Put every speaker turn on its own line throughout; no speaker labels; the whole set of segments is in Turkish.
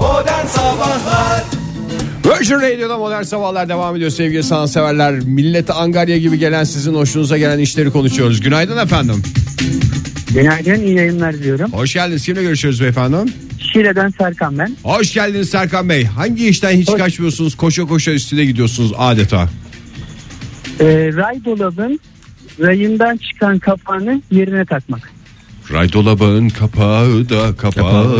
Modern Sabahlar
Virgin Radio'da modern sabahlar devam ediyor sevgili sanatseverler. Millete angarya gibi gelen sizin hoşunuza gelen işleri konuşuyoruz. Günaydın efendim.
Günaydın iyi yayınlar diyorum.
Hoş geldiniz. Kimle görüşüyoruz beyefendi?
Şile'den Serkan ben.
Hoş geldiniz Serkan Bey. Hangi işten hiç
Hoş-
kaçmıyorsunuz? Koşa koşa üstüne gidiyorsunuz adeta.
Ee, ray dolabın rayından çıkan kapağını yerine takmak.
Ray dolabın kapağı da kapağı.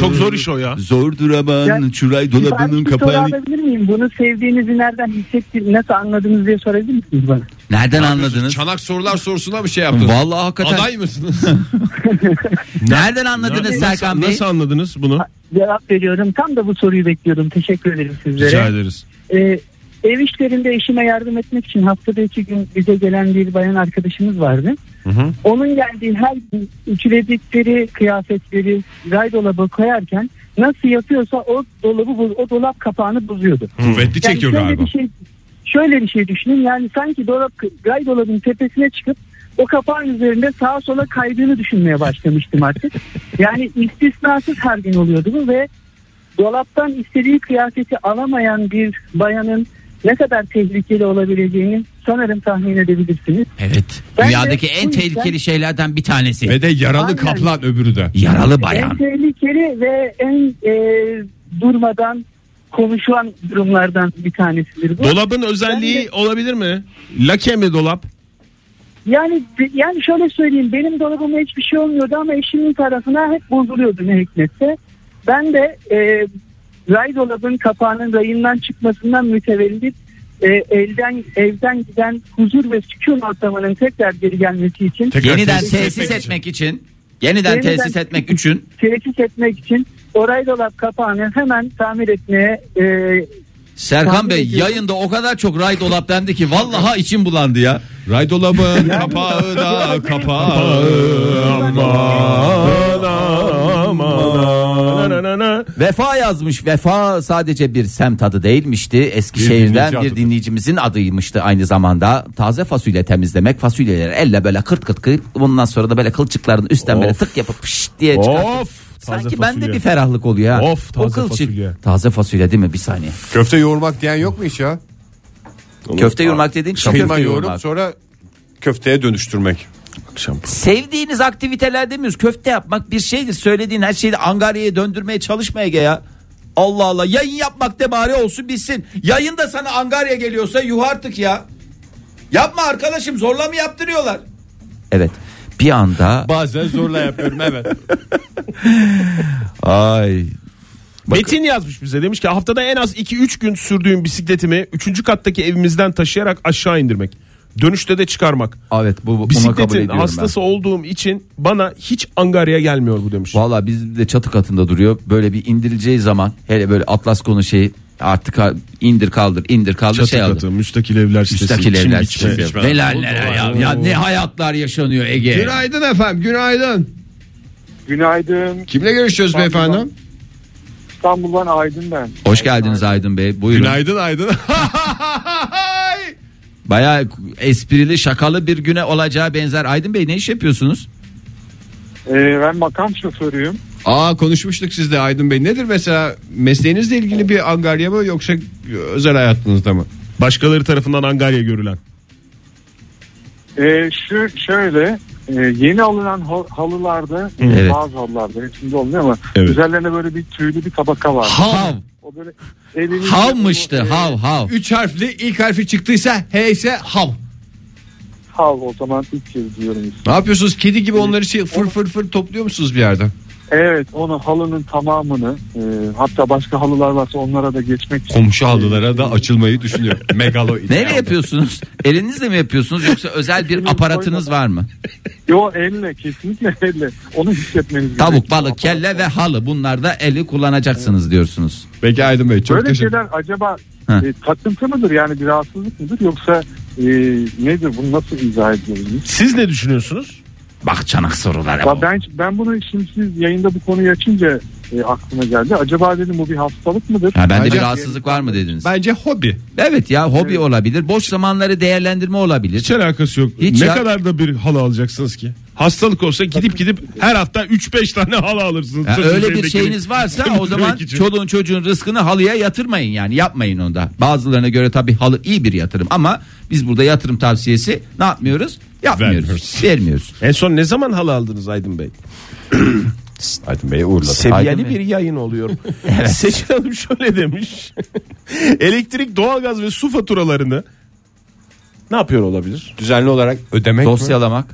Çok zor iş o ya.
Zordur aman
Ya,
şu ray
Ben
dolabının
bir soru
kapağını.
alabilir miyim? Bunu sevdiğinizi nereden hissettiniz, nasıl anladınız diye sorabilir misiniz bana?
Nereden anladınız?
Çanak sorular sorusuna mı şey yaptınız?
Vallahi hakikaten.
Aday mısınız?
Nereden anladınız Serkan
nasıl,
Bey?
Nasıl anladınız bunu?
Cevap veriyorum. Tam da bu soruyu bekliyordum. Teşekkür ederim
Rica
sizlere.
ederiz.
Ee, ev işlerinde eşime yardım etmek için haftada iki gün bize gelen bir bayan arkadaşımız vardı. Onun geldiği her gün ütüledikleri kıyafetleri ray dolaba koyarken nasıl yapıyorsa o dolabı boz- o dolap kapağını bozuyordu.
Kuvvetli
Yani
çekiyor
şöyle
galiba.
Bir şey, şöyle bir şey düşünün yani sanki dolap, gay dolabın tepesine çıkıp o kapağın üzerinde sağa sola kaydığını düşünmeye başlamıştım artık. Yani istisnasız her gün oluyordu bu ve dolaptan istediği kıyafeti alamayan bir bayanın ne kadar tehlikeli olabileceğini sanırım tahmin edebilirsiniz.
Evet.
Ben de
Dünyadaki en
bu yüzden-
tehlikeli şeylerden bir tanesi.
Ve de yaralı
şey- Aynen.
kaplan öbürü de.
Yaralı
En
bayan.
tehlikeli ve en e, durmadan konuşulan durumlardan bir tanesidir bu.
Dolabın özelliği olabilir mi? Lake mi dolap?
Yani yani şöyle söyleyeyim benim dolabıma hiçbir şey olmuyordu ama eşimin tarafına hep bozuluyordu ne hikmetse. Ben de e, ray dolabın kapağının rayından çıkmasından mütevellit e, elden evden giden huzur ve sükun ortamının tekrar geri gelmesi için
Tekrar
Yeniden
tesis
tesis
etmek
etmek için. Yeniden
Yeniden-
tesis etmek için.
tesis etmek için o ray dolap kapağını hemen tamir etmeye e,
Serkan
Tahmin
Bey
ediyorum.
yayında o kadar çok ray dolap dendi ki vallahi içim bulandı ya.
Ray dolabın kapağı da kapağı.
Aman aman aman.
Vefa yazmış. Vefa sadece bir semt adı değilmişti. Eskişehir'den
dinleyici
bir
adıdır.
dinleyicimizin adıymıştı aynı zamanda. Taze fasulye temizlemek. Fasulyeleri elle böyle kırt kırt kırt. Bundan sonra da böyle kılçıkların üstten böyle
Of.
tık yapıp pişt diye çıkar.
Of. taze
Sanki
fasulye.
bende bir ferahlık oluyor. ha.
Of, taze fasulye.
Taze fasulye değil mi? Bir saniye.
Köfte yoğurmak diyen yok mu hiç ya?
Köfte yurmak dediğin şey çiğ
Kıyma
köfte
yoğurup
yurmak.
sonra köfteye dönüştürmek.
Sevdiğiniz aktiviteler demiyoruz. Köfte yapmak bir şeydir. Söylediğin her şeyi angaryaya döndürmeye çalışma Ege ya. Allah Allah. Yayın yapmak de bari olsun bitsin. Yayın da sana angarya geliyorsa yuh artık ya. Yapma arkadaşım zorla mı yaptırıyorlar? Evet. Bir anda
Bazen zorla yapıyorum evet.
ay
Metin yazmış bize demiş ki haftada en az 2-3 gün sürdüğüm bisikletimi 3. kattaki evimizden taşıyarak aşağı indirmek. Dönüşte de çıkarmak.
ah, evet bu bu- buna kabul
Bisikletin
ediyorum
hastası olduğum için bana hiç angarya gelmiyor bu demiş.
ben. Valla biz de çatı katında duruyor. Böyle bir indirileceği zaman hele böyle Atlas konu şeyi artık ha- indir kaldır indir kaldır
Çatı
şey aldı.
katı, müstakil evler sitesi.
Müstakil
çim
evler
biçme.
sitesi. Neler neler ya. Ya ne hayatlar yaşanıyor Ege.
Günaydın efendim günaydın.
Günaydın.
Kimle görüşüyoruz
İstanbul'dan.
beyefendi?
İstanbul'dan Aydın ben.
Hoş geldiniz Aydın Bey. Buyurun.
Günaydın Aydın.
Bayağı esprili şakalı bir güne olacağı benzer. Aydın Bey ne iş yapıyorsunuz?
Ee, ben makam şoförüyüm.
Aa konuşmuştuk sizle Aydın Bey. Nedir mesela mesleğinizle ilgili bir angarya mı yoksa özel hayatınızda mı?
Başkaları tarafından angarya görülen.
Ee, şu şöyle e, yeni alınan ha- halılarda
Evet.
bazı halılarda hepsinde olmuyor ama
Evet.
üzerlerine böyle bir tüylü bir tabaka var.
Hav.
O böyle elini
Havmıştı.
Ee,
Hav hav.
Üç harfli ilk harfi çıktıysa H ise hav.
Hav o zaman ilk kez diyorum.
Ne yapıyorsunuz? Kedi gibi onları şey fır fır fır topluyor musunuz bir yerde?
Evet onu halının tamamını e, hatta başka halılar varsa onlara da geçmek için.
Komşu halılara da açılmayı düşünüyor. Megalo.
Neyle yapıyorsunuz? Elinizle mi yapıyorsunuz yoksa özel bir aparatınız var mı?
Yo elle kesinlikle elle onu hissetmeniz
Tavuk,
gerekiyor.
balık, kelle ve halı. Bunlarda eli kullanacaksınız diyorsunuz.
Peki Aydın Bey çok
Böyle
teşekkür
şeyler acaba
Ha.
e, takıntı mıdır yani bir rahatsızlık mıdır yoksa e, nedir bunu nasıl izah ediyoruz?
Siz ne düşünüyorsunuz?
Bak çanak sorulara.
Ya
bak.
ben ben bunu şimdi siz yayında bu konuyu açınca e, aklıma geldi. Acaba dedim bu bir hastalık mıdır?
Ha, bende bir
Bence-
rahatsızlık var mı dediniz?
Bence hobi.
Evet ya hobi olabilir. Boş zamanları değerlendirme olabilir.
Hiç alakası yok.
Hiç
ne
ya.
kadar da bir halı alacaksınız ki? Hastalık olsa gidip gidip her hafta 3-5 tane halı alırsınız.
Ya
Sırf
öyle bir
evdekini
şeyiniz varsa o
döndürmek
zaman
için.
çoluğun çocuğun rızkını halıya yatırmayın yani yapmayın onu da. Bazılarına göre tabii halı iyi bir yatırım ama biz burada yatırım tavsiyesi ne yapmıyoruz? Yapmıyoruz.
Vermiyoruz.
Vermiyoruz.
En son ne zaman halı aldınız Aydın Bey?
Aydın Bey'e uğurladım.
Aydın
Seviyeli
Bey.
bir yayın oluyor. Seçil Hanım şöyle demiş. Elektrik, doğalgaz ve su faturalarını ne yapıyor olabilir?
Düzenli olarak ödemek mi?
Dosyalamak.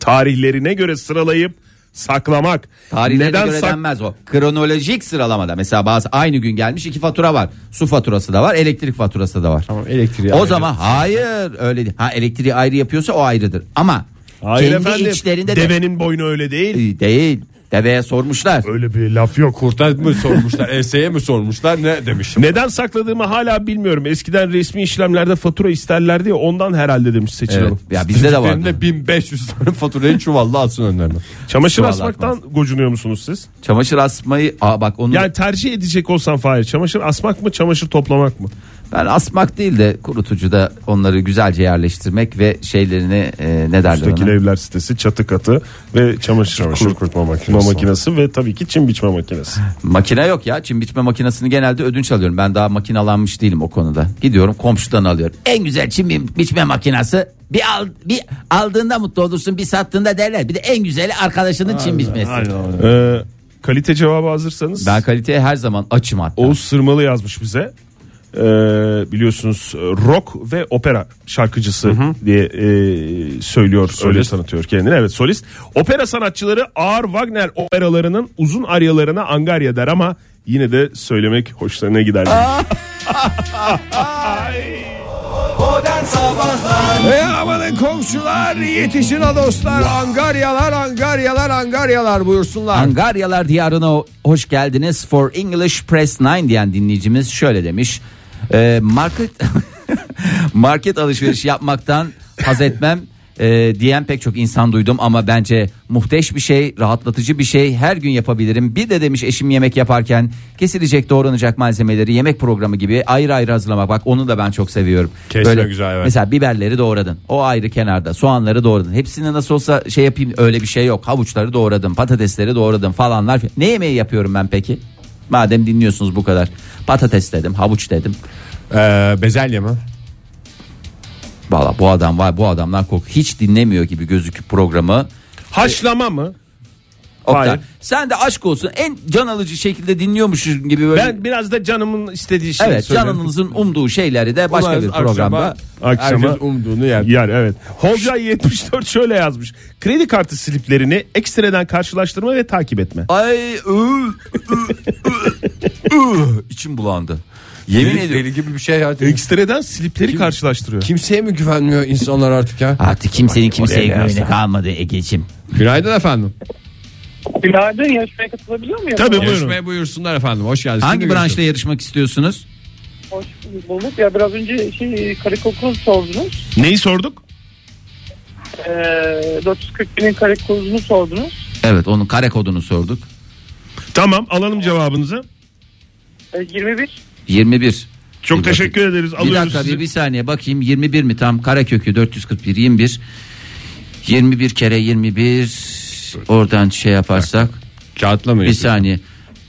Tarihlerine göre sıralayıp saklamak.
Tarihlerine
Neden
göre
sak-
denmez o. Kronolojik sıralamada mesela bazı aynı gün gelmiş iki fatura var. Su faturası da var, elektrik faturası da var.
Tamam, elektriği
o
ayrı. şey.
zaman hayır öyle değil. Ha elektriği ayrı yapıyorsa o ayrıdır. Ama
Hayır
kendi
efendim.
içlerinde de
devenin boynu öyle değil.
değil. Deveye sormuşlar.
Öyle bir laf yok.
Kurtar mı sormuşlar, enseye mi sormuşlar ne demişim.
Neden sakladığımı hala bilmiyorum. Eskiden resmi işlemlerde fatura isterlerdi ya ondan herhalde demiş Seçil
Evet.
Hanım.
Ya bizde de vardı.
1500 tane faturayı çuvalla atsın önlerine.
Çamaşır
Kusura
asmaktan gocunuyor musunuz siz?
Çamaşır asmayı aa bak onu
Yani tercih edecek olsan Fahir çamaşır asmak mı çamaşır toplamak mı?
ben asmak değil de kurutucuda onları güzelce yerleştirmek ve şeylerini e, ne derler
Üstteki
ona?
evler sitesi çatı katı ve çamaşır, kurt-
kurutma makinesi.
kurutma makinesi ve tabii ki çim biçme makinesi.
Makine yok ya. Çim biçme makinesini genelde ödünç alıyorum. Ben daha makinalanmış değilim o konuda. Gidiyorum komşudan alıyorum. En güzel çim bi- biçme makinesi bir al bir aldığında mutlu olursun, bir sattığında derler. Bir de en güzeli arkadaşının çim biçmesi.
Ee, kalite cevabı hazırsanız.
Ben kaliteye her zaman açım hatta.
Oğuz Sırmalı yazmış bize. Ee, biliyorsunuz e, rock ve opera şarkıcısı diye e, söylüyor öyle tanıtıyor kendini evet solist opera sanatçıları ağır Wagner operalarının uzun aryalarına angarya der ama yine de söylemek hoşlarına gider
E amanın komşular yetişin ha dostlar. Angaryalar, angaryalar, angaryalar buyursunlar.
Angaryalar diyarına hoş geldiniz. For English Press 9 diyen dinleyicimiz şöyle demiş. Ee, market market alışverişi yapmaktan haz etmem ee, diyen pek çok insan duydum ama bence muhteş bir şey, rahatlatıcı bir şey. Her gün yapabilirim. Bir de demiş eşim yemek yaparken kesilecek, doğranacak malzemeleri yemek programı gibi ayrı ayrı hazırlamak. Bak onu da ben çok seviyorum.
Kesme güzel, evet.
Mesela biberleri doğradın. O ayrı kenarda. Soğanları doğradın. Hepsini nasıl olsa şey yapayım öyle bir şey yok. Havuçları doğradım. Patatesleri doğradım falanlar. Ne yemeği yapıyorum ben peki? Madem dinliyorsunuz bu kadar. Patates dedim, havuç dedim.
Ee, bezelye mi?
Valla bu adam var bu adamlar kork. Hiç dinlemiyor gibi gözüküp programı.
haşlama mı
Oktay,
Hayır.
Sen de aşk olsun en can alıcı şekilde dinliyormuşsun gibi böyle.
şey
ben biraz da canımın istediği şeyi
evet
söylerim.
canınızın umduğu şeyleri de başka
Ulan
bir
akşama-
programda.
Akşama-
Herkes umduğunu yer.
Yani evet. Holcay 74 şöyle yazmış. Kredi kartı sliplerini ekstradan karşılaştırma ve takip etme.
Ay ı, ı, ı, ı, içim bulandı. Yemin
Deli-
ediyorum.
Deli gibi bir şey ya.
Ekstradan slipleri karşılaştırıyor.
Kimseye mi güvenmiyor insanlar artık ya?
Artık kimsenin kimseye
Oraya
güveni kalmadı Ege'cim.
Günaydın efendim.
Günaydın yarışmaya katılabiliyor muyum?
Tabii buyurun.
Görüşmeye buyursunlar efendim. Hoş geldiniz.
Hangi
Şimdi
branşta yarışmak istiyorsunuz?
Hoş bulduk. Ya biraz önce şey karikokunu sordunuz.
Neyi sorduk?
Ee, 440 binin karikolunu sordunuz.
Evet onun kare kodunu sorduk.
Tamam alalım cevabınızı.
Ee, 21.
21.
Çok
Bir
teşekkür
dakika.
ederiz.
Bir
Alıyoruz
dakika
sizi.
bir, bir saniye bakayım 21 mi tam kare kökü 441 21. 21 kere 21 oradan şey yaparsak
görüşürüz. Kağıtla mı?
bir
yapıyorsun?
saniye.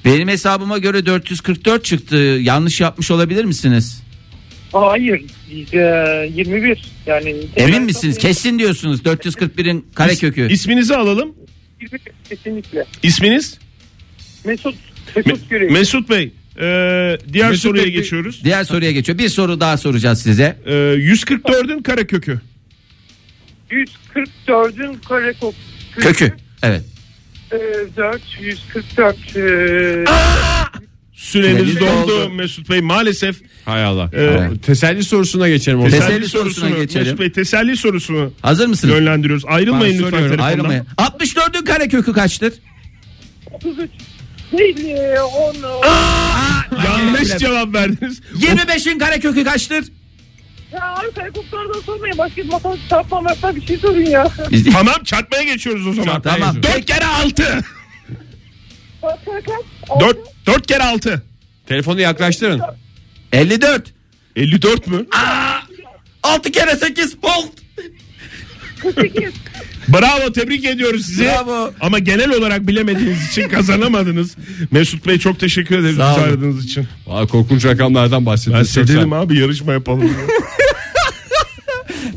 Benim hesabıma göre 444 çıktı. Yanlış yapmış olabilir misiniz?
Aa, hayır. Ee, 21. Yani
Emin misiniz? Kesin diyorsunuz 441'in kare kökü.
İsminizi alalım.
21 kesinlikle.
İsminiz?
Mesut Mesut Gürek.
Mesut Bey. Ee, diğer
Mesut
soruya
Bey-
geçiyoruz.
Diğer soruya geçiyor. Bir soru daha soracağız size.
Ee, 144'ün kare kökü.
144'ün karekok
Kökü. Evet.
4 144 ee,
Süreniz
Süreniz
doldu
doldu.
Mesut Bey. Maalesef
Hay Allah.
Ee,
Teselli sorusuna geçelim. o zaman.
teselli,
Teselli sorusuna
sorusunu
geçelim.
Mesut Bey teselli sorusunu
Hazır mısınız?
yönlendiriyoruz. Ayrılmayın
Ben
lütfen
soruyorum,
telefondan.
Ayrılmayın. 64'ün kare kökü kaçtır?
33 değil 10
Yanlış cevap verdiniz.
25'in kare kökü kaçtır?
Ya abi karakoklardan sormayın. Başka bir matematik çarpma varsa bir şey sorun ya.
Tamam çarpmaya geçiyoruz o zaman.
Çarpmaya Tamam. geçiyoruz.
4 kere 6.
Bak kaç?
4 4 kere 6.
Telefonu yaklaştırın.
54.
54 mü?
6 kere 8 volt.
Bravo tebrik ediyoruz sizi.
Bravo.
Ama genel olarak bilemediğiniz için kazanamadınız. Mesut Bey çok teşekkür ederiz
Sağ olun.
bizi aradığınız için.
Aa, korkunç rakamlardan bahsettiniz.
Ben
Çok sağ-
sedelim abi yarışma yapalım.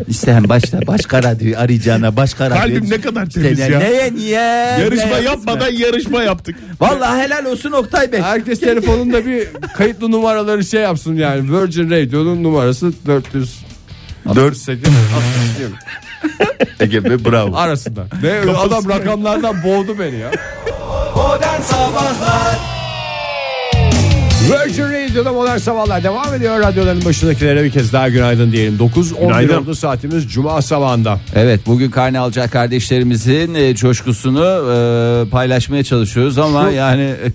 İşte hem başla başka radyoyu arayacağına başka radyoyu.
Kalbim ne kadar
İşte
temiz
ne-
ya.
Neye niye?
Yarışma
neye
yapmadan yarışma yaptık.
kısmet? Vallahi helal olsun Oktay Bey.
Herkes telefonunda bir kayıtlı numaraları şey yapsın yani. Virgin Radio'nun numarası 400 468
Ege Bey bravo.
arasında. Ve adam rakamlardan boğdu beni ya. Virgin Radio'da modern sabahlar devam ediyor. Radyoların başındakilere bir kez daha günaydın diyelim. 9-11
Günaydın.
oldu saatimiz Cuma sabahında.
Evet bugün karne alacak kardeşlerimizin e, coşkusunu e, paylaşmaya çalışıyoruz ama
Şu-
yani e,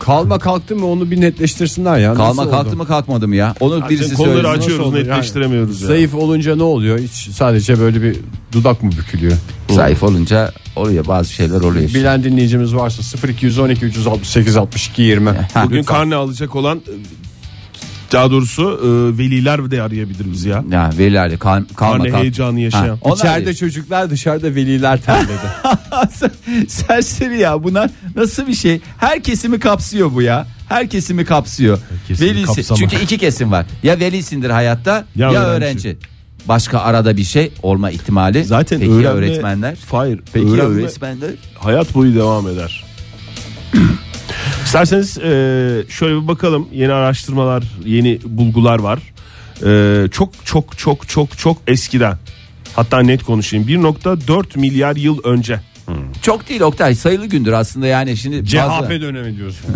Kalma kalktı mı onu bir netleştirsinler ya. Nasıl
kalma
oldu?
kalktı mı kalkmadı mı ya? Onu birisi
Sen konuları
söylesin.
açıyoruz
Nasıl oldu?
netleştiremiyoruz ya.
Zayıf olunca ne oluyor? Hiç sadece böyle bir dudak mı bükülüyor?
Zayıf olunca oluyor bazı şeyler oluyor işte.
Bilen dinleyicimiz varsa 0212 368 62 20.
Ha,
Bugün
lütfen.
karne alacak olan e, daha doğrusu e, veliler de arayabilir bizi ya.
Ya veliler de kal- kalma
Karne
kalk-
heyecanı
Ha,
yaşayan.
onlar
İçeride
değil.
çocuklar dışarıda veliler terledi.
Serseri ya bunlar nasıl bir şey? Her kesimi kapsıyor bu ya. Her kesimi kapsıyor.
kesimi
Velisi-
kapsama.
Çünkü iki kesim var. Ya velisindir hayatta ya,
Ya
öğrenci.
öğrenci.
Başka arada bir şey olma ihtimali.
Zaten
Peki ya
öğrenme-
öğretmenler?
Hayır.
Peki ya
öğrenme-
öğretmenler?
hayat boyu devam eder. İsterseniz e, şöyle bir bakalım yeni araştırmalar, yeni bulgular var. E, çok çok çok çok çok eskiden hatta net konuşayım 1.4 milyar yıl önce
Hmm. Çok değil Oktay sayılı gündür aslında yani şimdi
CHP
bazı-
dönemi diyorsun.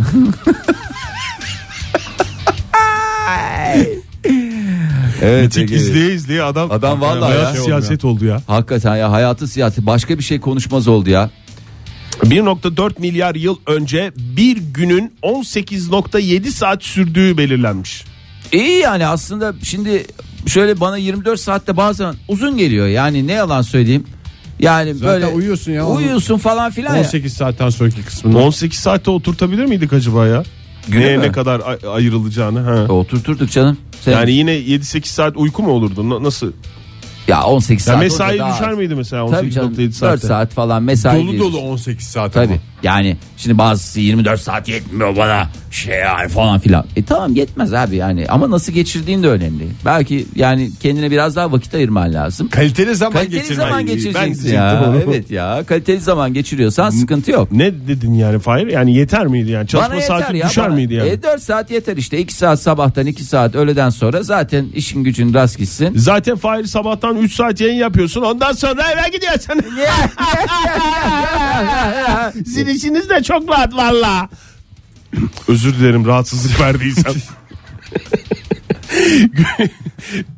Evet,
Tik
Ege.
izleye izleye adam
Adam vallahi
Bayağı
şey
ya.
siyaset oldu ya.
Hakikaten ya hayatı siyasi başka bir şey konuşmaz oldu ya.
1.4 milyar yıl önce bir günün 18.7 saat sürdüğü belirlenmiş.
İyi yani aslında şimdi şöyle bana 24 saatte bazen uzun geliyor. Yani ne yalan söyleyeyim. Yani böyle
uyuyorsun ya.
uyuyorsun falan filan ya.
18 saatten sonraki kısmında.
18 saate oturtabilir miydik acaba ya?
Güne
Neye
mi?
ne kadar ay- ayrılacağını. Ha.
Oturturduk canım. Sen-
Yani yine 7-8 saat uyku mu olurdu? Na- Nasıl?
ya 18
Ya
saat.
mesai
olunca daha
düşer
az.
miydi mesela
Tabii canım
18.7
4
saatte?
saat falan mesai
Dolu
değil.
dolu 18 saat
Tabii.
ama.
Yani şimdi bazısı 24 saat yetmiyor bana şey yani falan filan. E tamam yetmez abi yani ama nasıl geçirdiğin de önemli. Belki yani kendine biraz daha vakit ayırman lazım.
Kaliteli zaman
Kaliteli
geçirmen
zaman
iyi. Ben
geçireceksin
diyecektim
ya.
onu.
Evet ya. Kaliteli zaman geçiriyorsan
Hmm.
sıkıntı yok.
Ne dedin yani Fahir? Yani yeter miydi yani? Çalışma saati
ya,
düşer
bana.
miydi yani?
E, 4 saat yeter işte. 2 saat sabahtan 2 saat öğleden sonra zaten işin gücün rast gitsin.
Zaten Fahir sabahtan 3 saat yayın yapıyorsun. Ondan sonra eve gidiyorsun. Sizin işiniz de çok rahat valla. Özür dilerim rahatsızlık verdiysem.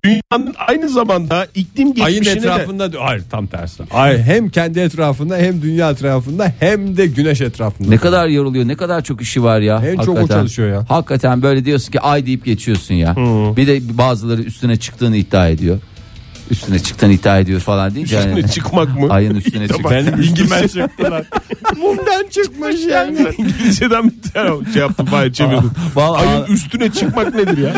Dünyanın aynı zamanda iklim
Ayın
geçmişine de
etrafında hayır tam tersi. Ay hem kendi etrafında hem dünya etrafında hem de güneş etrafında.
Ne kadar yoruluyor ne kadar çok işi var ya.
En çok o çalışıyor ya.
Hakikaten böyle diyorsun ki ay deyip geçiyorsun ya.
Hmm.
Bir de bazıları üstüne çıktığını iddia ediyor. Üstüne çıktığını iddia ediyor falan deyince.
Üstüne
yani-
çıkmak mı?
Ayın üstüne çık.
Benim İngilizce çıktılar.
Mumdan çıkmış yani.
İngilizceden bir tane şey yaptım Fahir çevirdim.
Vallahi-
Ayın üstüne çıkmak nedir ya?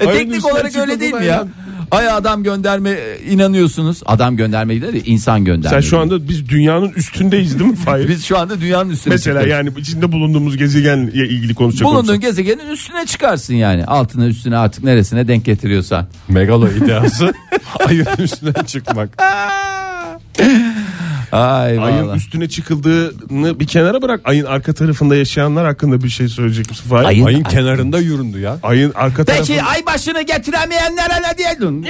E,
Ayın
teknik
üstüne
olarak öyle
çıktı
değil
bu
mi
da
ya?
ya.
Ay adam gönderme e, inanıyorsunuz. Adam gönderme değil de insan
Sen
gönderme.
şu anda biz dünyanın üstündeyiz değil mi Fahir?
Biz şu anda dünyanın üstüne
Mesela
çıktık.
yani içinde bulunduğumuz gezegenle ilgili konuşacak
Bulunduğun
olursak.
gezegenin üstüne çıkarsın yani. Altına üstüne artık neresine denk getiriyorsan.
Megalo ideası ayın üstüne çıkmak.
Ay
Ayın
vallahi.
üstüne çıkıldığını bir kenara bırak. Ayın arka tarafında yaşayanlar hakkında bir şey söyleyecek misin Fahir?
Ayın-
Ayın kenarında yüründü ya.
Ayın arka tarafında.
Peki ay başını getiremeyenlere ne diyelim?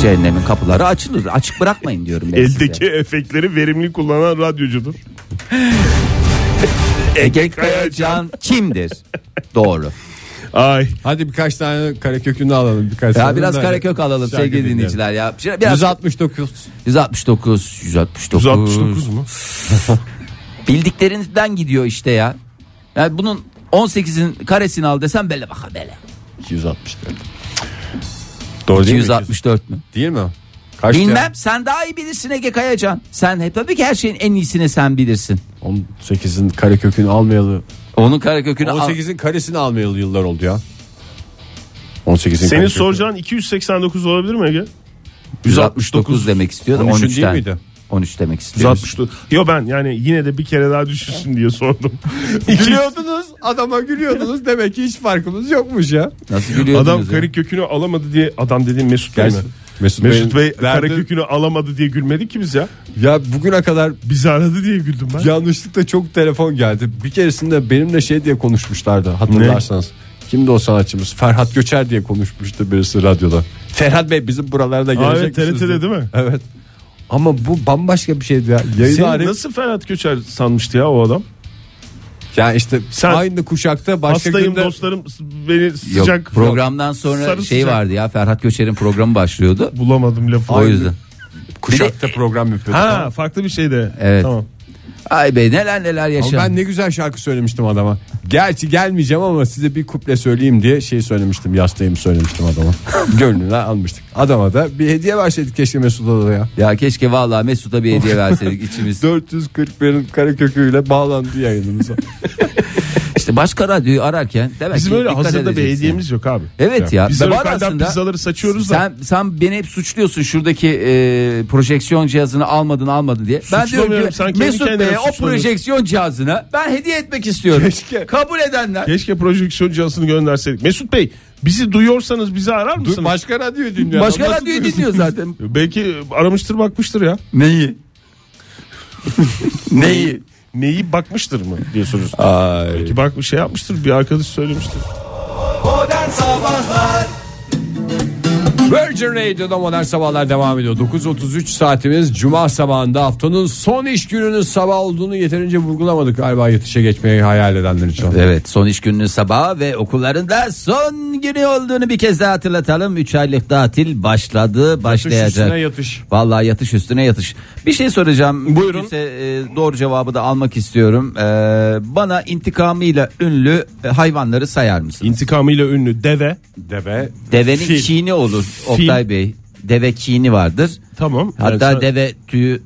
Cehennemin kapıları açılır. Açık bırakmayın diyorum ben
Eldeki
size.
efektleri verimli kullanan radyocudur.
Ege Kayacan kimdir? Doğru.
Ay
Hadi birkaç tane karekökünü alalım. Birkaç
Ya
tane
biraz
de-
kareköy alalım
şarkı
sevgili
dinleyelim.
dinleyiciler ya. Şimdi Biraz
169.
169 169
169 mu?
Bildiklerinden gidiyor işte ya. Yani bunun 18'in karesini al desem böyle baka böyle.
264. Doğru değil mi?
264 mü?
Değil mi? Kaç
Bilmem sen daha iyi bilirsin Ege Kayacan. Sen hep tabii ki her şeyin en iyisini sen bilirsin.
18'in karekökünü almayalı.
Onun karakökünü al.
18'in karesini almayalı yıllar oldu ya. 18'in
Senin
kaçı?
soracağın 289 olabilir mi Ege?
169 demek istiyordu.
13'ün
13
değil miydi?
13 demek istiyordu.
160. Yo ben yani yine de bir kere daha düşürsün diye sordum.
Gülüyordunuz adama gülüyordunuz demek ki hiç farkımız yokmuş ya.
Nasıl gülüyordunuz
adam
ya?
kara kökünü alamadı diye adam dediğim Mesut Bey mi?
Gerçi Mesut,
Mesut Bey kara
verdi.
kökünü alamadı diye gülmedik ki biz ya.
Ya bugüne kadar
Bizi aradı diye güldüm ben.
yanlışlıkla çok telefon geldi. Bir keresinde benimle şey diye konuşmuşlardı hatırlarsanız. Kimdi o sanatçımız? Ferhat Göçer diye konuşmuştu birisi radyoda. Ferhat Bey bizim buralarda
Aa,
gelecek misiniz
evet, TRT'de
diye.
değil mi?
Evet. Ama bu bambaşka bir şeydi ya. Yayını
Seni
arayıp-
nasıl Ferhat Göçer sanmıştı ya o adam?
Ya işte
Sen-
aynı kuşakta başka
Hastayım
günde...
dostlarım s- beni
Yok,
sıcak
programdan sonra
Sarı
şey
sıcak.
vardı ya Ferhat Göçer'in programı başlıyordu.
bulamadım lafı.
O yüzden.
Kuşakta program yapıyordu.
Ha farklı bir şey de.
Evet.
Tamam.
Ay be neler neler
Ama
yaşandı.
ben ne güzel şarkı söylemiştim adama. Gerçi gelmeyeceğim ama size bir kuple söyleyeyim diye şey söylemiştim. Yastayım söylemiştim adama. Gönlünü almıştık. Adama da bir hediye verseydik keşke Mesut'a da ya.
Ya keşke vallahi Mesut'a bir hediye verseydik içimiz.
441'in karaköküyle bağlandı yayınımıza.
işte başka radyoyu ararken demek
Bizim
ki
öyle
dikkat
hazırda bir
edeceksin.
hediyemiz yok abi.
Evet ya.
Biz
Ben var
lokalden
aslında.
pizzaları saçıyoruz da.
Sen, sen beni hep suçluyorsun şuradaki e, projeksiyon cihazını almadın almadın diye. Ben diyorum
Suçlamıyorum,
ki
sen kendi
Mesut
kendine
Bey'e o
suçlanıyorsun.
projeksiyon cihazına ben hediye etmek istiyorum.
Keşke.
Kabul edenler.
Keşke projeksiyon cihazını gönderseydik. Mesut Bey bizi duyuyorsanız bizi arar mısınız?
Başka radyo dinliyor.
Başka
Nasıl
radyoyu
duyuyorsun?
dinliyor zaten.
Belki aramıştır bakmıştır ya.
Neyi? Neyi?
Neyi bakmıştır mı diye soruyorsun.
Ay.
Belki bakmış şey yapmıştır bir arkadaş söylemiştir.
Virgin Radio'da modern sabahlar devam ediyor. 9.33 saatimiz Cuma sabahında haftanın son iş gününün sabah olduğunu yeterince vurgulamadık galiba yetişe geçmeyi hayal edenler için.
Evet son iş gününün sabahı ve okullarında son günü olduğunu bir kez daha hatırlatalım. 3 aylık tatil başladı başlayacak.
üstüne yatış.
Vallahi yatış üstüne yatış. Bir şey soracağım.
Buyurun.
Mümkünse, e, doğru cevabı da almak istiyorum. E, bana intikamıyla ünlü e, hayvanları sayar mısın?
İntikamıyla ünlü deve.
Deve.
Devenin
Fil.
kini olur Oktay Bey. Deve kini vardır.
Tamam.
Hatta
Yani sen-
deve tüyü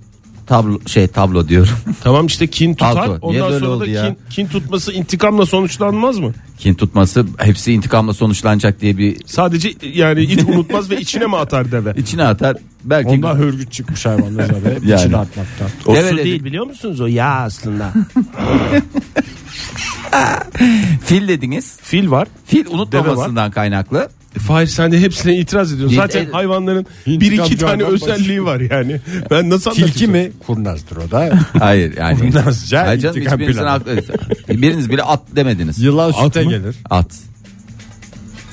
tablo şey tablo diyorum.
Tamam işte kin tutar.
Pardon, niye
Ondan
böyle
sonra da
oldu ya?
kin, kin tutması intikamla sonuçlanmaz mı?
Kin tutması hepsi intikamla sonuçlanacak diye bir
Sadece yani it unutmaz ve içine mi atar deve?
içine atar. Belki
Ondan hörgüç çıkmış hayvanlar zaten.
Yani.
İçine atmaktan.
O
Deve
su
dedi.
değil biliyor musunuz o yağ aslında.
fil dediniz.
Fil var.
Fil unutmamasından kaynaklı.
E, Fahir sen de hepsine itiraz ediyorsun.
Hint-
Zaten
e-
hayvanların
Hint
bir iki
kamyondan
tane
başlıyor.
özelliği var yani. Ben nasıl
Tilki
anlatacağım?
mi? Kurnazdır o da.
Hayır yani.
Kurnazca
Hayır canım
intikam
hiçbirinizin
planı.
aklı. Biriniz bile at demediniz.
Yılan süte
mı?
gelir.
At.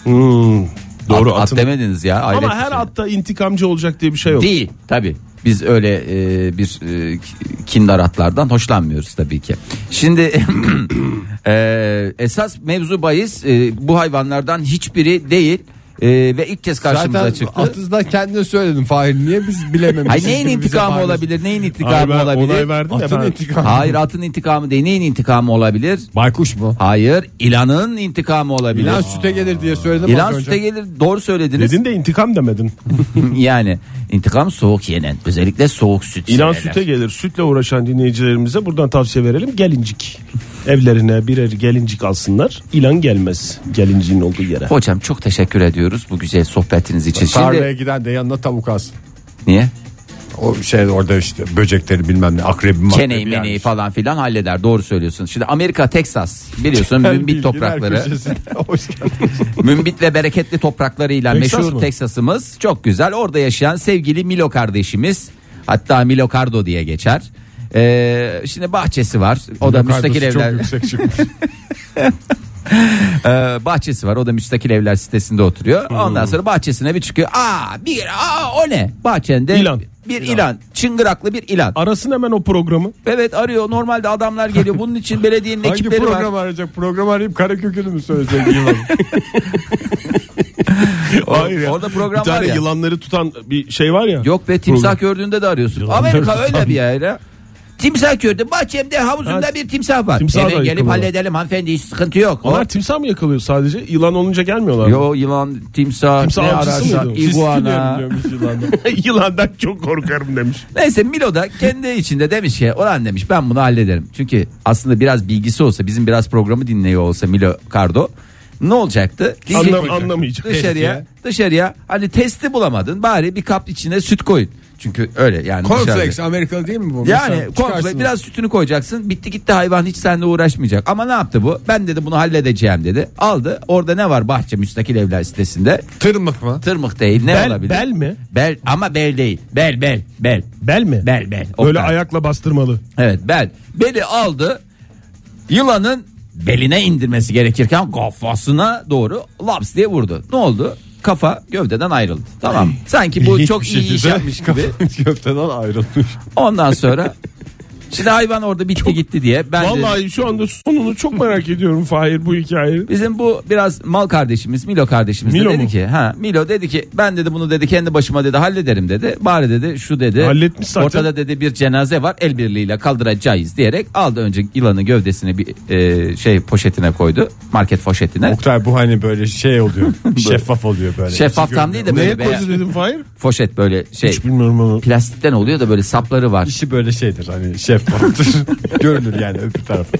Hmm, doğru
at, at
atın.
demediniz ya. hayret
Ama
bir
her
şey.
atta intikamcı olacak diye bir şey yok.
Değil tabi. Biz öyle e, bir e, ki- kindar atlardan hoşlanmıyoruz tabii ki. Şimdi e, esas mevzu bahis e, bu hayvanlardan hiçbiri değil e, ve ilk kez karşımıza
Zaten
çıktı.
atızda kendine söyledim Fahir. Niye biz bilememişiz?
Ay neyin
Şimdi bize
intikamı
bağırıyorsun.
olabilir? Neyin
Hayır,
intikamı
ben
olabilir?
onay verdim ya
Atın
ben.
intikamı.
Hayır atın intikamı değil. Neyin intikamı olabilir?
Baykuş mu?
Hayır ilanın intikamı olabilir.
İlan
İlan,
süte gelir diye söyledim. az önce.
süte gelir doğru söylediniz.
Dedin de intikam demedin.
yani intikam soğuk yenen özellikle soğuk süt.
İlan
severler.
süte gelir. Sütle uğraşan dinleyicilerimize buradan tavsiye verelim. Gelincik. Evlerine birer gelincik alsınlar. İlan gelmez gelincinin olduğu yere.
Hocam çok teşekkür ediyoruz bu güzel sohbetiniz için.
Tarlaya
Şimdi
giden de yanına tavuk alsın.
niye?
O şey orada işte böcekleri bilmem ne akrebi makrebi
Keneyi
yani.
meneyi falan filan halleder. Doğru söylüyorsun. Şimdi Amerika Texas biliyorsun mümbit
Bilgiler
toprakları.
köşesine hoş geldiniz.
mümbit ve bereketli topraklarıyla
Texas
meşhur
mı?
Texas'ımız çok güzel. Orada yaşayan sevgili Milo kardeşimiz hatta Milo Cardo diye geçer. Ee, şimdi bahçesi var. O da müstakil
Kardosu
evler.
Çok yüksek çıkmış.
Ee, bahçesi var. O da müstakil evler sitesinde oturuyor.
Hmm.
Ondan sonra bahçesine bir çıkıyor. Aa bir aa o ne? Bahçende
İlan.
bir ilan. Çıngıraklı bir ilan.
Arasın hemen o programı.
Evet arıyor. Normalde adamlar geliyor. Bunun için belediyenin
Hangi
ekipleri var.
program arayacak? Program arayıp kara kökünü mü söyleyecek? yılan?
Hayır ya. orada program
bir tane
var ya.
yılanları tutan bir şey var ya.
Yok be timsah gördüğünde de arıyorsun. Amerika öyle bir yer ya. Timsah gördüm. Bahçemde havuzunda
Ha,
bir timsah var.
timsah da
Eve gelip
yıkılıyor.
halledelim hanımefendi hiç sıkıntı yok.
Onlar
O-
timsah mı yakalıyor sadece? Yılan olunca gelmiyorlar mı?
Yo yılan, timsah,
Timsah
ne
avcısı
ararsan,
mıydı o? Siz
iguana.
Yılandan çok korkarım demiş.
Neyse Milo da kendi içinde demiş ki ulan demiş ben bunu hallederim. Çünkü aslında biraz bilgisi olsa bizim biraz programı dinliyor olsa Milo Cardo Ne olacaktı?
Anlam- anlamayacak.
Dışarıya
Testi.
dışarıya hani testi bulamadın bari bir kap içine süt koyun. Çünkü öyle yani dışarıda.
Cornflakes Amerikalı değil mi bu?
Yani
Mesela
komple
çıkarsın.
biraz sütünü koyacaksın. Bitti gitti hayvan hiç seninle uğraşmayacak. Ama ne yaptı bu? Ben dedi bunu halledeceğim dedi. Aldı. Orada ne var bahçe müstakil evler sitesinde?
tırmık mı?
Tırmık değil ne
Bel-
olabilir?
bel mi?
Bel ama bel değil. Bel bel bel.
Bel mi?
Bel bel.
Böyle
Oktay.
ayakla bastırmalı.
Evet bel. Beli aldı. Yılanın beline indirmesi gerekirken kafasına doğru laps diye vurdu. Ne oldu? Kafa gövdeden ayrıldı. Tamam. mı? Sanki bu
İlginç
çok
bir
şey
iyi iş
şekilde
yapmış gibi.
Köfteden ayrılmış.
Ondan sonra şimdi hayvan orada bitti gitti diye. Ben de-
Vallahi şu anda sonunu çok merak ediyorum Fahir bu hikayeyi.
Bizim bu biraz mal kardeşimiz Milo kardeşimiz de
Milo
dedi
mu?
ki ha Milo dedi ki ben dedi bunu dedi kendi başıma dedi hallederim dedi. Bari dedi şu dedi.
Halletmiş zaten.
Ortada dedi bir cenaze var el birliğiyle kaldıracağız diyerek aldı önce yılanın gövdesini bir e, şey poşetine koydu. Market poşetine.
Oktay bu hani böyle şey oluyor. şeffaf oluyor böyle.
Şeffaf tam değil de
Neye
böyle
koydu
beyaz,
dedim Fahir?
poşet böyle şey
Hiç bilmiyorum onu.
plastikten oluyor da böyle sapları var.
İşi böyle şeydir hani şeffaftır. Görünür yani öbür tarafı.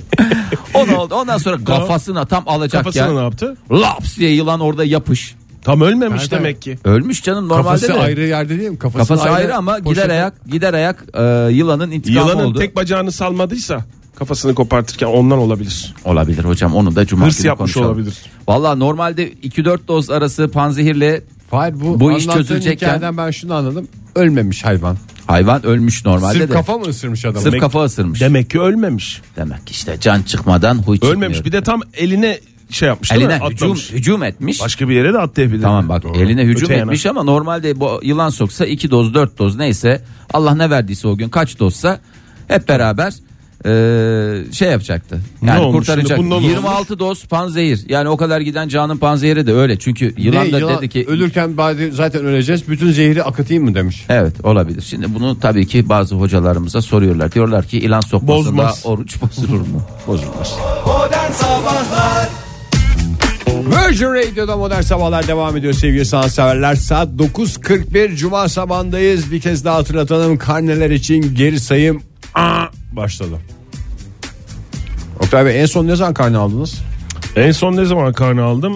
O da oldu. Ondan sonra kafasına tam alacak
Kafasına
ya.
ne yaptı?
Laps diye yılan orada yapış.
Tam ölmemiş
Nereden?
demek ki.
Ölmüş canım normalde
Kafası
de.
ayrı yerde değil mi? Kafası,
Kafası ayrı, ama gider
poşeti-
ayak gider ayak e, yılanın intikamı
Yılanın
oldu.
tek bacağını salmadıysa kafasını kopartırken ondan olabilir.
Olabilir hocam onu da cuma
Hırs
günü
yapmış
konuşalım.
olabilir.
Valla normalde 2-4 doz arası panzehirle
Hayır bu,
Bu
bu
iş
iş
çözülecekken-
hikayeden ben şunu anladım. Ölmemiş hayvan.
hayvan ölmüş normalde
Sırf
de.
kafa mı ısırmış adamı?
Sırf kafa ısırmış. Demek,
Demek ki ölmemiş.
ki işte can çıkmadan huy çıkmıyor.
Ölmemiş. Bir de tam eline şey yapmış değil
Eline
mi?
hücum,
Atlamış.
hücum etmiş.
Başka bir yere de atlayabilir.
Tamam bak
Doğru.
eline hücum
Öte yana.
etmiş ama normalde bu yılan soksa 2 doz 4 doz neyse Allah ne verdiyse o gün kaç dozsa hep beraber e, şey yapacaktı. Yani
olmuş
kurtaracak.
şimdi? Bundan ne
26 doz panzehir. Yani o kadar giden canın panzehiri de öyle. Çünkü yılan
Ne,
da
yılan
dedi ki
ölürken bari zaten öleceğiz. Bütün zehri akıtayım mı demiş.
Evet olabilir. Şimdi bunu tabii ki bazı hocalarımıza soruyorlar. Diyorlar ki ilan sokmasında
Bozmaz.
oruç bozulur mu?
Bozulmaz. Virgin Radio'da modern sabahlar devam ediyor sevgili sanatseverler. Saat 9.41 Cuma sabahındayız. Bir kez daha hatırlatalım karneler için geri sayım aa, başladı. Oktay Bey en son ne zaman karne aldınız?
En son ne zaman karne aldım?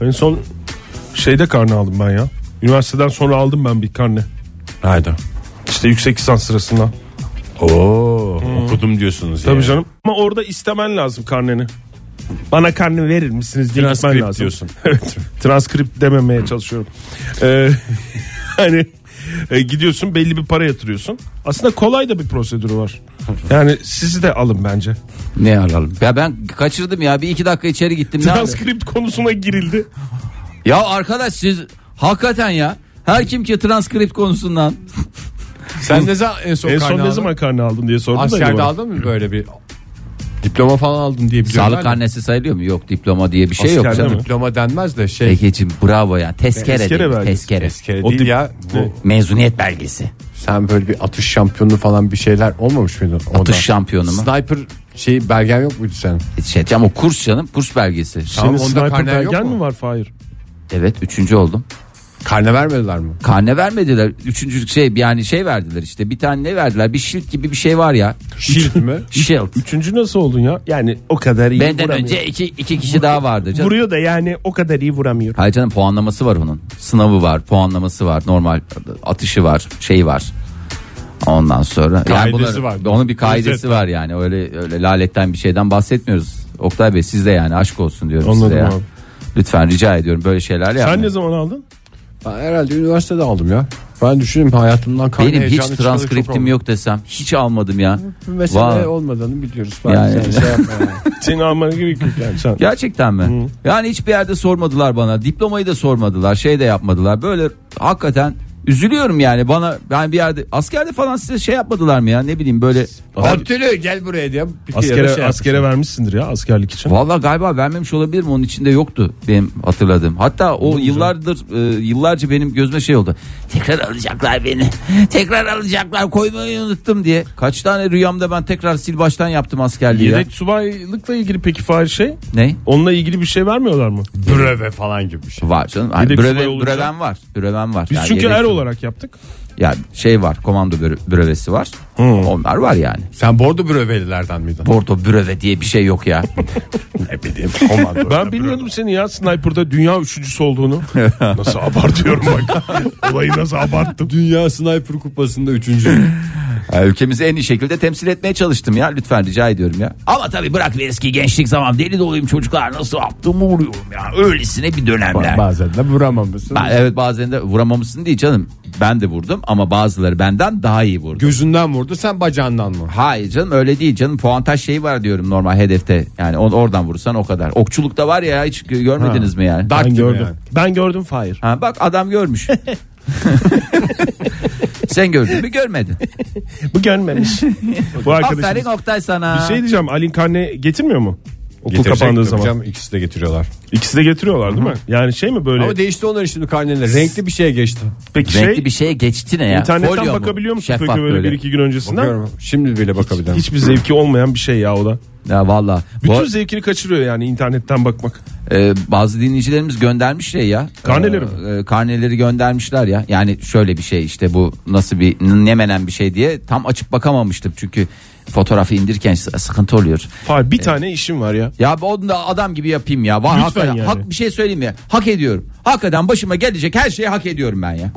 Ee, en son şeyde karne aldım ben ya. Üniversiteden sonra aldım ben bir karne.
Nerede?
İşte yüksek lisans sırasında.
Oo, okudum diyorsunuz
Tabii canım. Ama orada istemen lazım karneni. Bana karne verir misiniz diye
Transkript
gitmen lazım.
diyorsun.
evet. Transkript dememeye çalışıyorum. Ee, hani e, gidiyorsun belli bir para yatırıyorsun. Aslında kolay da bir prosedürü var. Yani sizi de alın bence.
Ne alalım? Ya ben kaçırdım ya. Bir iki dakika içeri gittim. Ne alayım?
Transkript konusuna girildi.
ya arkadaş siz hakikaten ya. Her kim ki transkript konusundan.
Sen ne zaman en son
en
karne
son ne
aldın?
zaman karne aldın diye sordum da.
Askerde
acaba.
aldın mı böyle bir diploma falan aldın diye biliyorum.
Sağlık karnesi sayılıyor mu? Yok diploma diye bir şey yok
Askerde
canım.
mi?
Diploma denmez de şey.
Egeciğim bravo ya. Tezkere,
Tezkere
değil mi?
belgesi.
Tezkere.
Tezkere
O
değil
dip-
ya. Bu,
Ne?
Mezuniyet belgesi.
sen böyle bir atış şampiyonu falan bir şeyler olmamış mıydın? Orada?
Atış şampiyonu mu?
Sniper şey belgen yok muydu senin?
Şey, ama kurs canım. Kurs belgesi.
Tamam,
Senin
onda
sniper
karnen yok
belgen
mu?
mi var Fahir?
Evet üçüncü oldum.
Karne vermediler mi?
Karne vermediler. Üçüncü şey yani şey verdiler işte. Bir tane ne verdiler? Bir şilt gibi bir şey var ya.
Şilt mi?
Shield.
Üçüncü nasıl oldun ya? Yani o kadar iyi
Benden
vuramıyor.
önce iki, iki kişi daha vardı canım.
Vuruyor da yani o kadar iyi vuramıyor.
Hayır canım puanlaması var onun. Sınavı var, puanlaması var, normal atışı var, şeyi var. Ondan sonra
Kaidesi var.
Onun bir kaidesi
Özetle.
var yani. Öyle öyle laletten bir şeyden bahsetmiyoruz. Oktay Bey siz de yani aşk olsun diyorum size
Anladım
ya.
abi.
Lütfen rica ediyorum böyle şeyler
Sen
yapmayın.
ne zaman aldın?
Ben herhalde üniversitede aldım ya. Ben düşüneyim hayatımdan karne
Benim hiç
heyecanı çıkalı çok
transkriptim
oldu.
yok desem hiç almadım ya.
Bir Mesele
Vallahi.
olmadığını biliyoruz.
Yani-
Yani, şey yapma yani.
Senin almana gerek yok yani sen.
Gerçekten mi? Yani hiçbir yerde sormadılar bana. Diplomayı da sormadılar. Şey de yapmadılar. Böyle hakikaten üzülüyorum yani bana ben bir yerde askerde falan size şey yapmadılar mı ya ne bileyim böyle
Abdülü gel buraya diye. bir kere
Askere,
şey
askere vermişsindir ya askerlik için.
Vallahi galiba vermemiş olabilir mi onun içinde yoktu benim hatırladığım. Hatta o yıllardır e, yıllarca benim gözüme şey oldu. Tekrar alacaklar beni. Tekrar alacaklar koymayı unuttum diye. Kaç tane rüyamda ben tekrar sil baştan yaptım askerliği ya.
Yedek subaylıkla ilgili peki Fahir şey?
Ne?
Onunla ilgili bir şey vermiyorlar mı?
yapmışım. Breve falan gibi bir şey.
Var canım. Hani
Yedek
breve-
subay olunca-
breven var. Breven var.
Biz
Yani
çünkü
yedek
er
subay-
olarak yaptık.
Yani şey var komando bürö- bürövesi var. Onlar var yani.
Sen bordo brövelilerden miydin?
Bordo büröve diye bir şey yok ya.
ne bileyim komando.
Ben bilmiyordum seni ya sniper'da dünya üçüncüsü olduğunu. nasıl abartıyorum bak. Olayı nasıl abarttım.
Dünya Sniper Kupası'nda üçüncü.
Ya ülkemizi en iyi şekilde temsil etmeye çalıştım ya lütfen rica ediyorum ya. Ama tabii bırak bir eski gençlik zaman deli doluyum çocuklar nasıl yaptığımı vuruyorum ya. Öylesine bir dönemler.
Bazen de vuramamışsın.
Ben- evet bazen de vuramamışsın değil canım. Ben de vurdum ama bazıları benden daha iyi vurdu.
Gözünden vurdu sen bacağından mı?
Hayır canım öyle değil canım puantaj şeyi var diyorum normal hedefte. Yani on, oradan vurursan o kadar. Okçulukta var ya hiç gö- görmediniz mi yani?
Dart
Ben
gibi
gördüm.
yani.
Ben gördüm Fahir.
Ha, bak adam görmüş. Sen gördün mü görmedin.
Bu görmemiş. Bu
Aferin
arkadaşımız.
Oktay sana.
Bir şey diyeceğim Alin Karne getirmiyor mu? Okul
Getirecek
kapandığı
tabii
zaman.
canım, ikisi de getiriyorlar.
İkisi de getiriyorlar değil mi? Yani şey mi böyle?
Ama değişti onlar şimdi karneler. Renkli bir şeye geçti.
peki şey
Renkli bir şeye geçti ne ya?
internetten
Folyo mu?
bakabiliyor musun
Şeffaf
peki böyle, bir iki gün öncesinden?
Bakıyorum. Şimdi bile bakabilirim.
Hiçbir zevki olmayan bir şey ya o da.
Ya valla.
Bütün
Bu-
zevkini kaçırıyor yani internetten bakmak.
e, bazı dinleyicilerimiz göndermiş şey ya.
Karneleri
E,
mi?
e, karneleri göndermişler ya. Yani şöyle bir şey işte bu nasıl bir ne menen bir şey diye tam açıp bakamamıştım. Çünkü fotoğrafı indirirken s- sıkıntı oluyor.
Fahir bir tane işim var ya.
Ya ben onu da adam gibi yapayım ya. Var
Lütfen
hakikaten-
yani.
hak bir şey söyleyeyim ya. Hak ediyorum. Hakikaten başıma gelecek her şeyi hak ediyorum ben ya.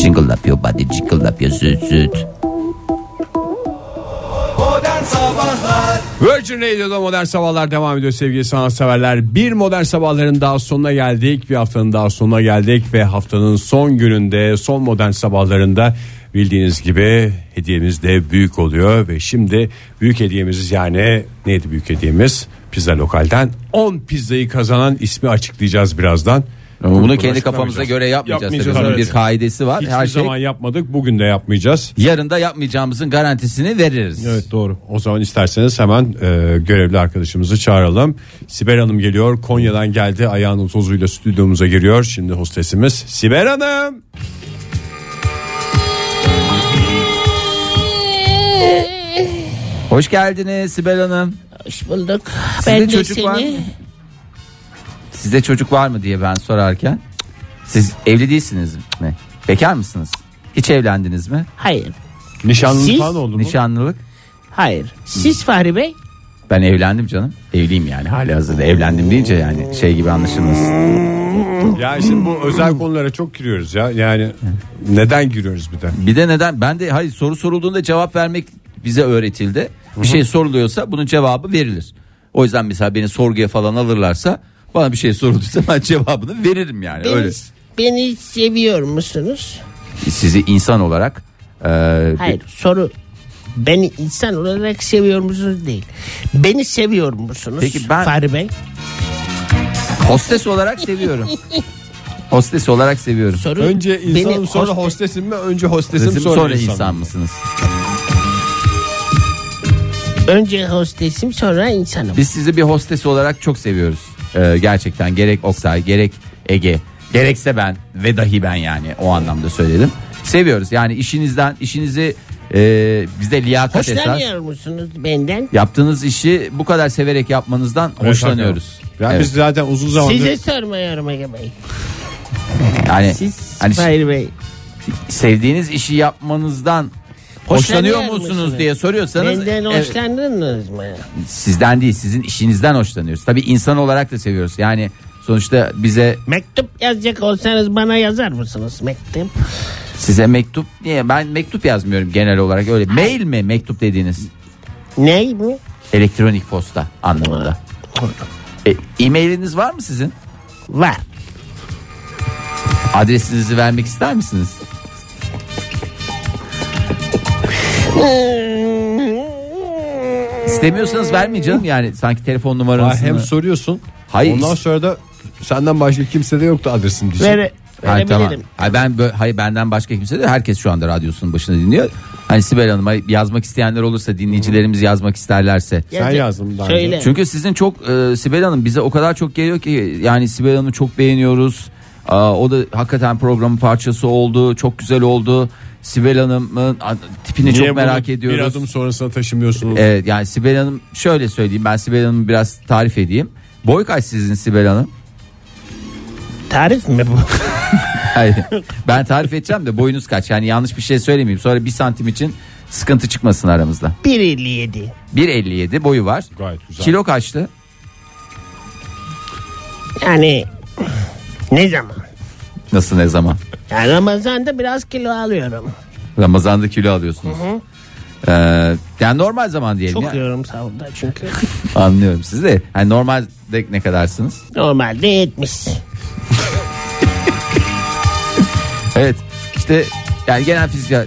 Jingle up your body, jingle up your süt süt.
Virgin Radio'da Modern Sabahlar devam ediyor sevgili sanatseverler. Bir Modern Sabahların daha sonuna geldik. Bir haftanın daha sonuna geldik ve haftanın son gününde son Modern Sabahlarında bildiğiniz gibi hediyemiz de büyük oluyor. Ve şimdi büyük hediyemiz yani neydi büyük hediyemiz? Pizza Lokal'den 10 pizzayı kazanan ismi açıklayacağız birazdan.
Ama bunu kendi
Uğraşmayacağız.
kafamıza göre yapmayacağız.
Yapmayacağız,
Tabii bunun
evet.
bir kaidesi var.
Hiçbir
her şey
zaman yapmadık bugün de yapmayacağız.
yarın da yapmayacağımızın garantisini veririz.
Evet doğru. O zaman isterseniz hemen e, görevli arkadaşımızı çağıralım. Sibel Hanım geliyor. Konya'dan geldi. Ayağının tozuyla stüdyomuza giriyor. Şimdi hostesimiz Sibel Hanım.
Hoş geldiniz Sibel Hanım.
Hoş bulduk.
Sizin
ben de
çocuk var mı?
seni
Size çocuk var mı diye ben sorarken siz evli değilsiniz mi? Bekar mısınız? Hiç evlendiniz mi?
hayır.
Nişanlınız
Siz-
falan oldu mu?
Nişanlılık?
Hayır. Siz Fahri Bey?
Ben evlendim canım. Evliyim yani hali hazırda. Evlendim deyince yani şey gibi anlaşılmasın.
Ya şimdi bu özel konulara çok giriyoruz ya. Yani neden giriyoruz bir de?
Bir de neden? Ben de hayır soru sorulduğunda cevap vermek bize öğretildi. Bir şey soruluyorsa bunun cevabı verilir. O yüzden mesela beni sorguya falan alırlarsa bana bir şey sorulduysa ben cevabını veririm yani.
Beni,
Öyle.
beni seviyor musunuz?
Sizi insan olarak e,
Hayır. Soru. Beni insan olarak seviyor musunuz değil. Beni seviyor musunuz
Peki ben-
Fahri Bey?
Hostes olarak seviyorum. Hostes olarak seviyorum.
Soru.
Önce insanım
beni
sonra
host-
hostesim mi? Önce hostesim
Resim
sonra,
sonra,
insanım.
insan mısınız?
Önce hostesim sonra insanım.
Biz sizi bir hostes olarak çok seviyoruz. Ee, gerçekten gerek Oktay gerek Ege gerekse ben ve dahi ben yani o anlamda söyledim. Seviyoruz yani işinizden işinizi e, bize liyakat esas.
Hoşlanıyor musunuz benden?
Yaptığınız işi bu kadar severek yapmanızdan hoşlanıyoruz.
Ya
Evet.
biz zaten uzun zamandır
Size sormuyorum Ege Bey.
yani
Siz
hani
Fahri Bey.
sevdiğiniz işi yapmanızdan
Hoşlanıyor
hoşlanıyor musunuz
musunuz?
diye soruyorsanız
Benden
evet.
hoşlandınız mı?
sizden değil sizin işinizden hoşlanıyoruz. Tabii insan olarak da seviyoruz. Yani sonuçta bize
Mektup yazacak olsanız bana yazar mısınız mektup?
size mektup niye ben mektup yazmıyorum genel olarak öyle. Mail mi mektup dediğiniz?
Ney mi?
Elektronik posta anlamında. E, E-mailiniz var mı sizin?
Var.
Adresinizi vermek ister misiniz? İstemiyorsanız vermeyin canım yani sanki telefon
Ha,
numaranızı.
hem soruyorsun.
Hayır.
Ondan sonra da senden başka kimse de yoktu adresin diyecek.
Vere,
Hayır, tamam.
verebilirim.
Hayır, ben bö- hayır benden başka kimse de herkes şu anda radyosunun başında dinliyor. Hani Sibel Hanım'a yazmak isteyenler olursa dinleyicilerimiz yazmak isterlerse.
Sen
Yazı-
yazdın daha
Söyle.
Çünkü sizin çok e, Sibel Hanım bize o kadar çok geliyor ki yani Sibel Hanım'ı çok beğeniyoruz. Aa, o da hakikaten programın parçası oldu. Çok güzel oldu. Sibel Hanım'ın a, tipini
Niye
çok merak
bunu
ediyoruz. E,
Bir adım sonrasına taşımıyorsunuz.
Evet yani Sibel Hanım şöyle söyleyeyim ben Sibel Hanım'ı biraz tarif edeyim. Boy kaç sizin Sibel Hanım?
Tarif mi bu?
Hayır. ben tarif edeceğim de boyunuz kaç? Yani yanlış bir şey söylemeyeyim. Sonra bir santim için sıkıntı çıkmasın aramızda.
1.57.
1.57 boyu var.
Gayet güzel.
Kilo kaçtı?
Yani ne zaman?
Nasıl ne zaman?
Yani Ramazan'da biraz kilo alıyorum.
Ramazan'da kilo alıyorsunuz. Ee, yani normal zaman diyelim
Çok
ya.
yiyorum sahurda çünkü.
Anlıyorum sizi de. Hani normalde ne kadarsınız?
Normalde 70.
Evet işte yani genel fizik e,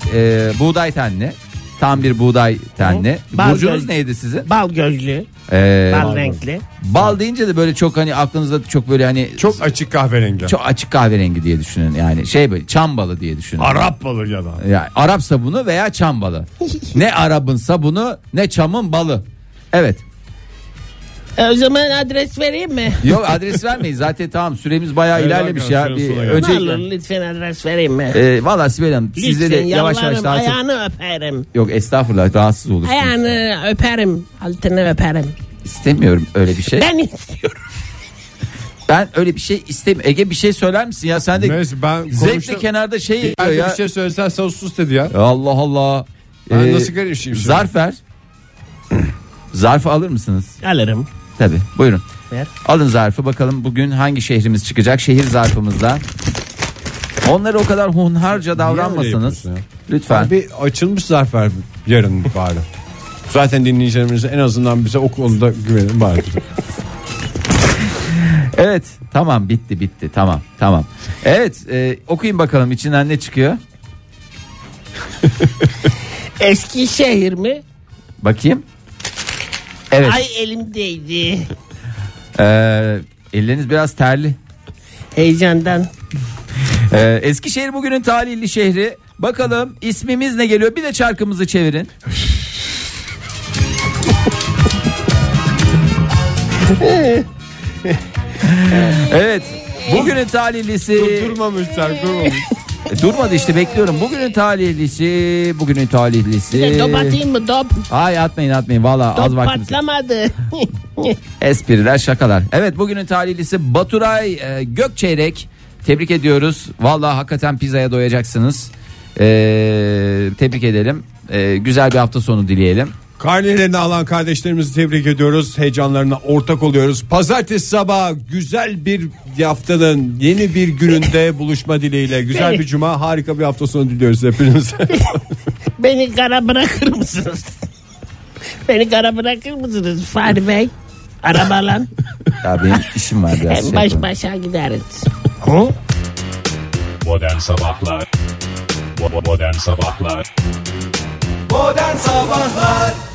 buğday tenli. Tam bir buğday tenli.
Bal
Burcunuz
göz-
neydi sizin?
Bal gözlü,
Ee,
bal renkli.
bal deyince de böyle çok hani aklınızda çok böyle hani
Çok açık kahverengi.
çok açık kahverengi diye düşünün yani şey böyle çam balı diye düşünün.
Arap balı ya da.
Yani Arap sabunu veya çam balı. ne Arap'ın sabunu ne çamın balı. Evet.
E, o zaman adres vereyim mi?
Yok adres vermeyiz zaten tamam süremiz bayağı
Evet,
ilerlemiş ya.
arkadaşlar,
Bir,
sonuna
Ne olur
öncelikle
lütfen adres vereyim mi?
e, valla Sibel Hanım sizde de
lütfen
yavaş yavaş
yalvarırım,
daha çok-
ayağını öperim.
Yok estağfurullah rahatsız olursunuz.
Ayağını öperim, altını öperim.
İstemiyorum öyle bir şey.
Ben istiyorum.
Ben öyle bir şey istemiyorum. Ege bir şey söyler misin ya? Sen de
Neyse ben
zevkle
konuştum.
kenarda şey
Ben
yapıyor
de bir
ya.
şey söylesen sen sus dedi ya.
Allah Allah. E,
Ben nasıl şey karışayım şimdi?
Ee, Zarf ver. Zarfı alır mısınız?
Alırım.
Tabi buyurun.
Ver.
Alın zarfı bakalım bugün hangi şehrimiz çıkacak şehir zarfımızda. Onlara o kadar hunharca davranmasanız.
yapıyorsun ya?
Lütfen.
Bir açılmış zarf ver yarın bari. Zaten dinleyicilerimiz en azından bize o konuda güvenin bari.
Evet tamam bitti bitti tamam tamam. Evet e, okuyun bakalım içinden ne çıkıyor.
Eskişehir mi?
Bakayım. Evet.
Ay elim değdi.
Ee, elleriniz biraz terli.
Heyecandan.
Ee, Eskişehir bugünün talihli şehri. Bakalım ismimiz ne geliyor? Bir de çarkımızı çevirin. evet. Bugünün talihlisi
durmamışlar durmamış.
E, durmadı işte bekliyorum. Bugünün talihlisi, bugünün
E, top
talihlisi.
atayım mı? Top,
Ay atmayın atmayın valla Ee,
top
az vaktimiz.
patlamadı.
Espriler şakalar. Evet bugünün talihlisi Baturay e, Gökçeyrek. Tebrik ediyoruz. Vallahi hakikaten pizzaya doyacaksınız. E, tebrik edelim. E, güzel bir hafta sonu dileyelim.
Karnelerini alan kardeşlerimizi tebrik ediyoruz. Heyecanlarına ortak oluyoruz. Pazartesi sabahı güzel bir haftanın yeni bir gününde buluşma dileğiyle. Güzel bir cuma harika bir hafta sonu diliyoruz hepinize.
Beni kara bırakır mısınız? Beni kara bırakır mısınız Fahri Bey? Arabalan.
Ya benim işim var biraz.
Hem
şey
baş
yapalım.
başa gideriz.
Modern Sabahlar Bo- Modern Sabahlar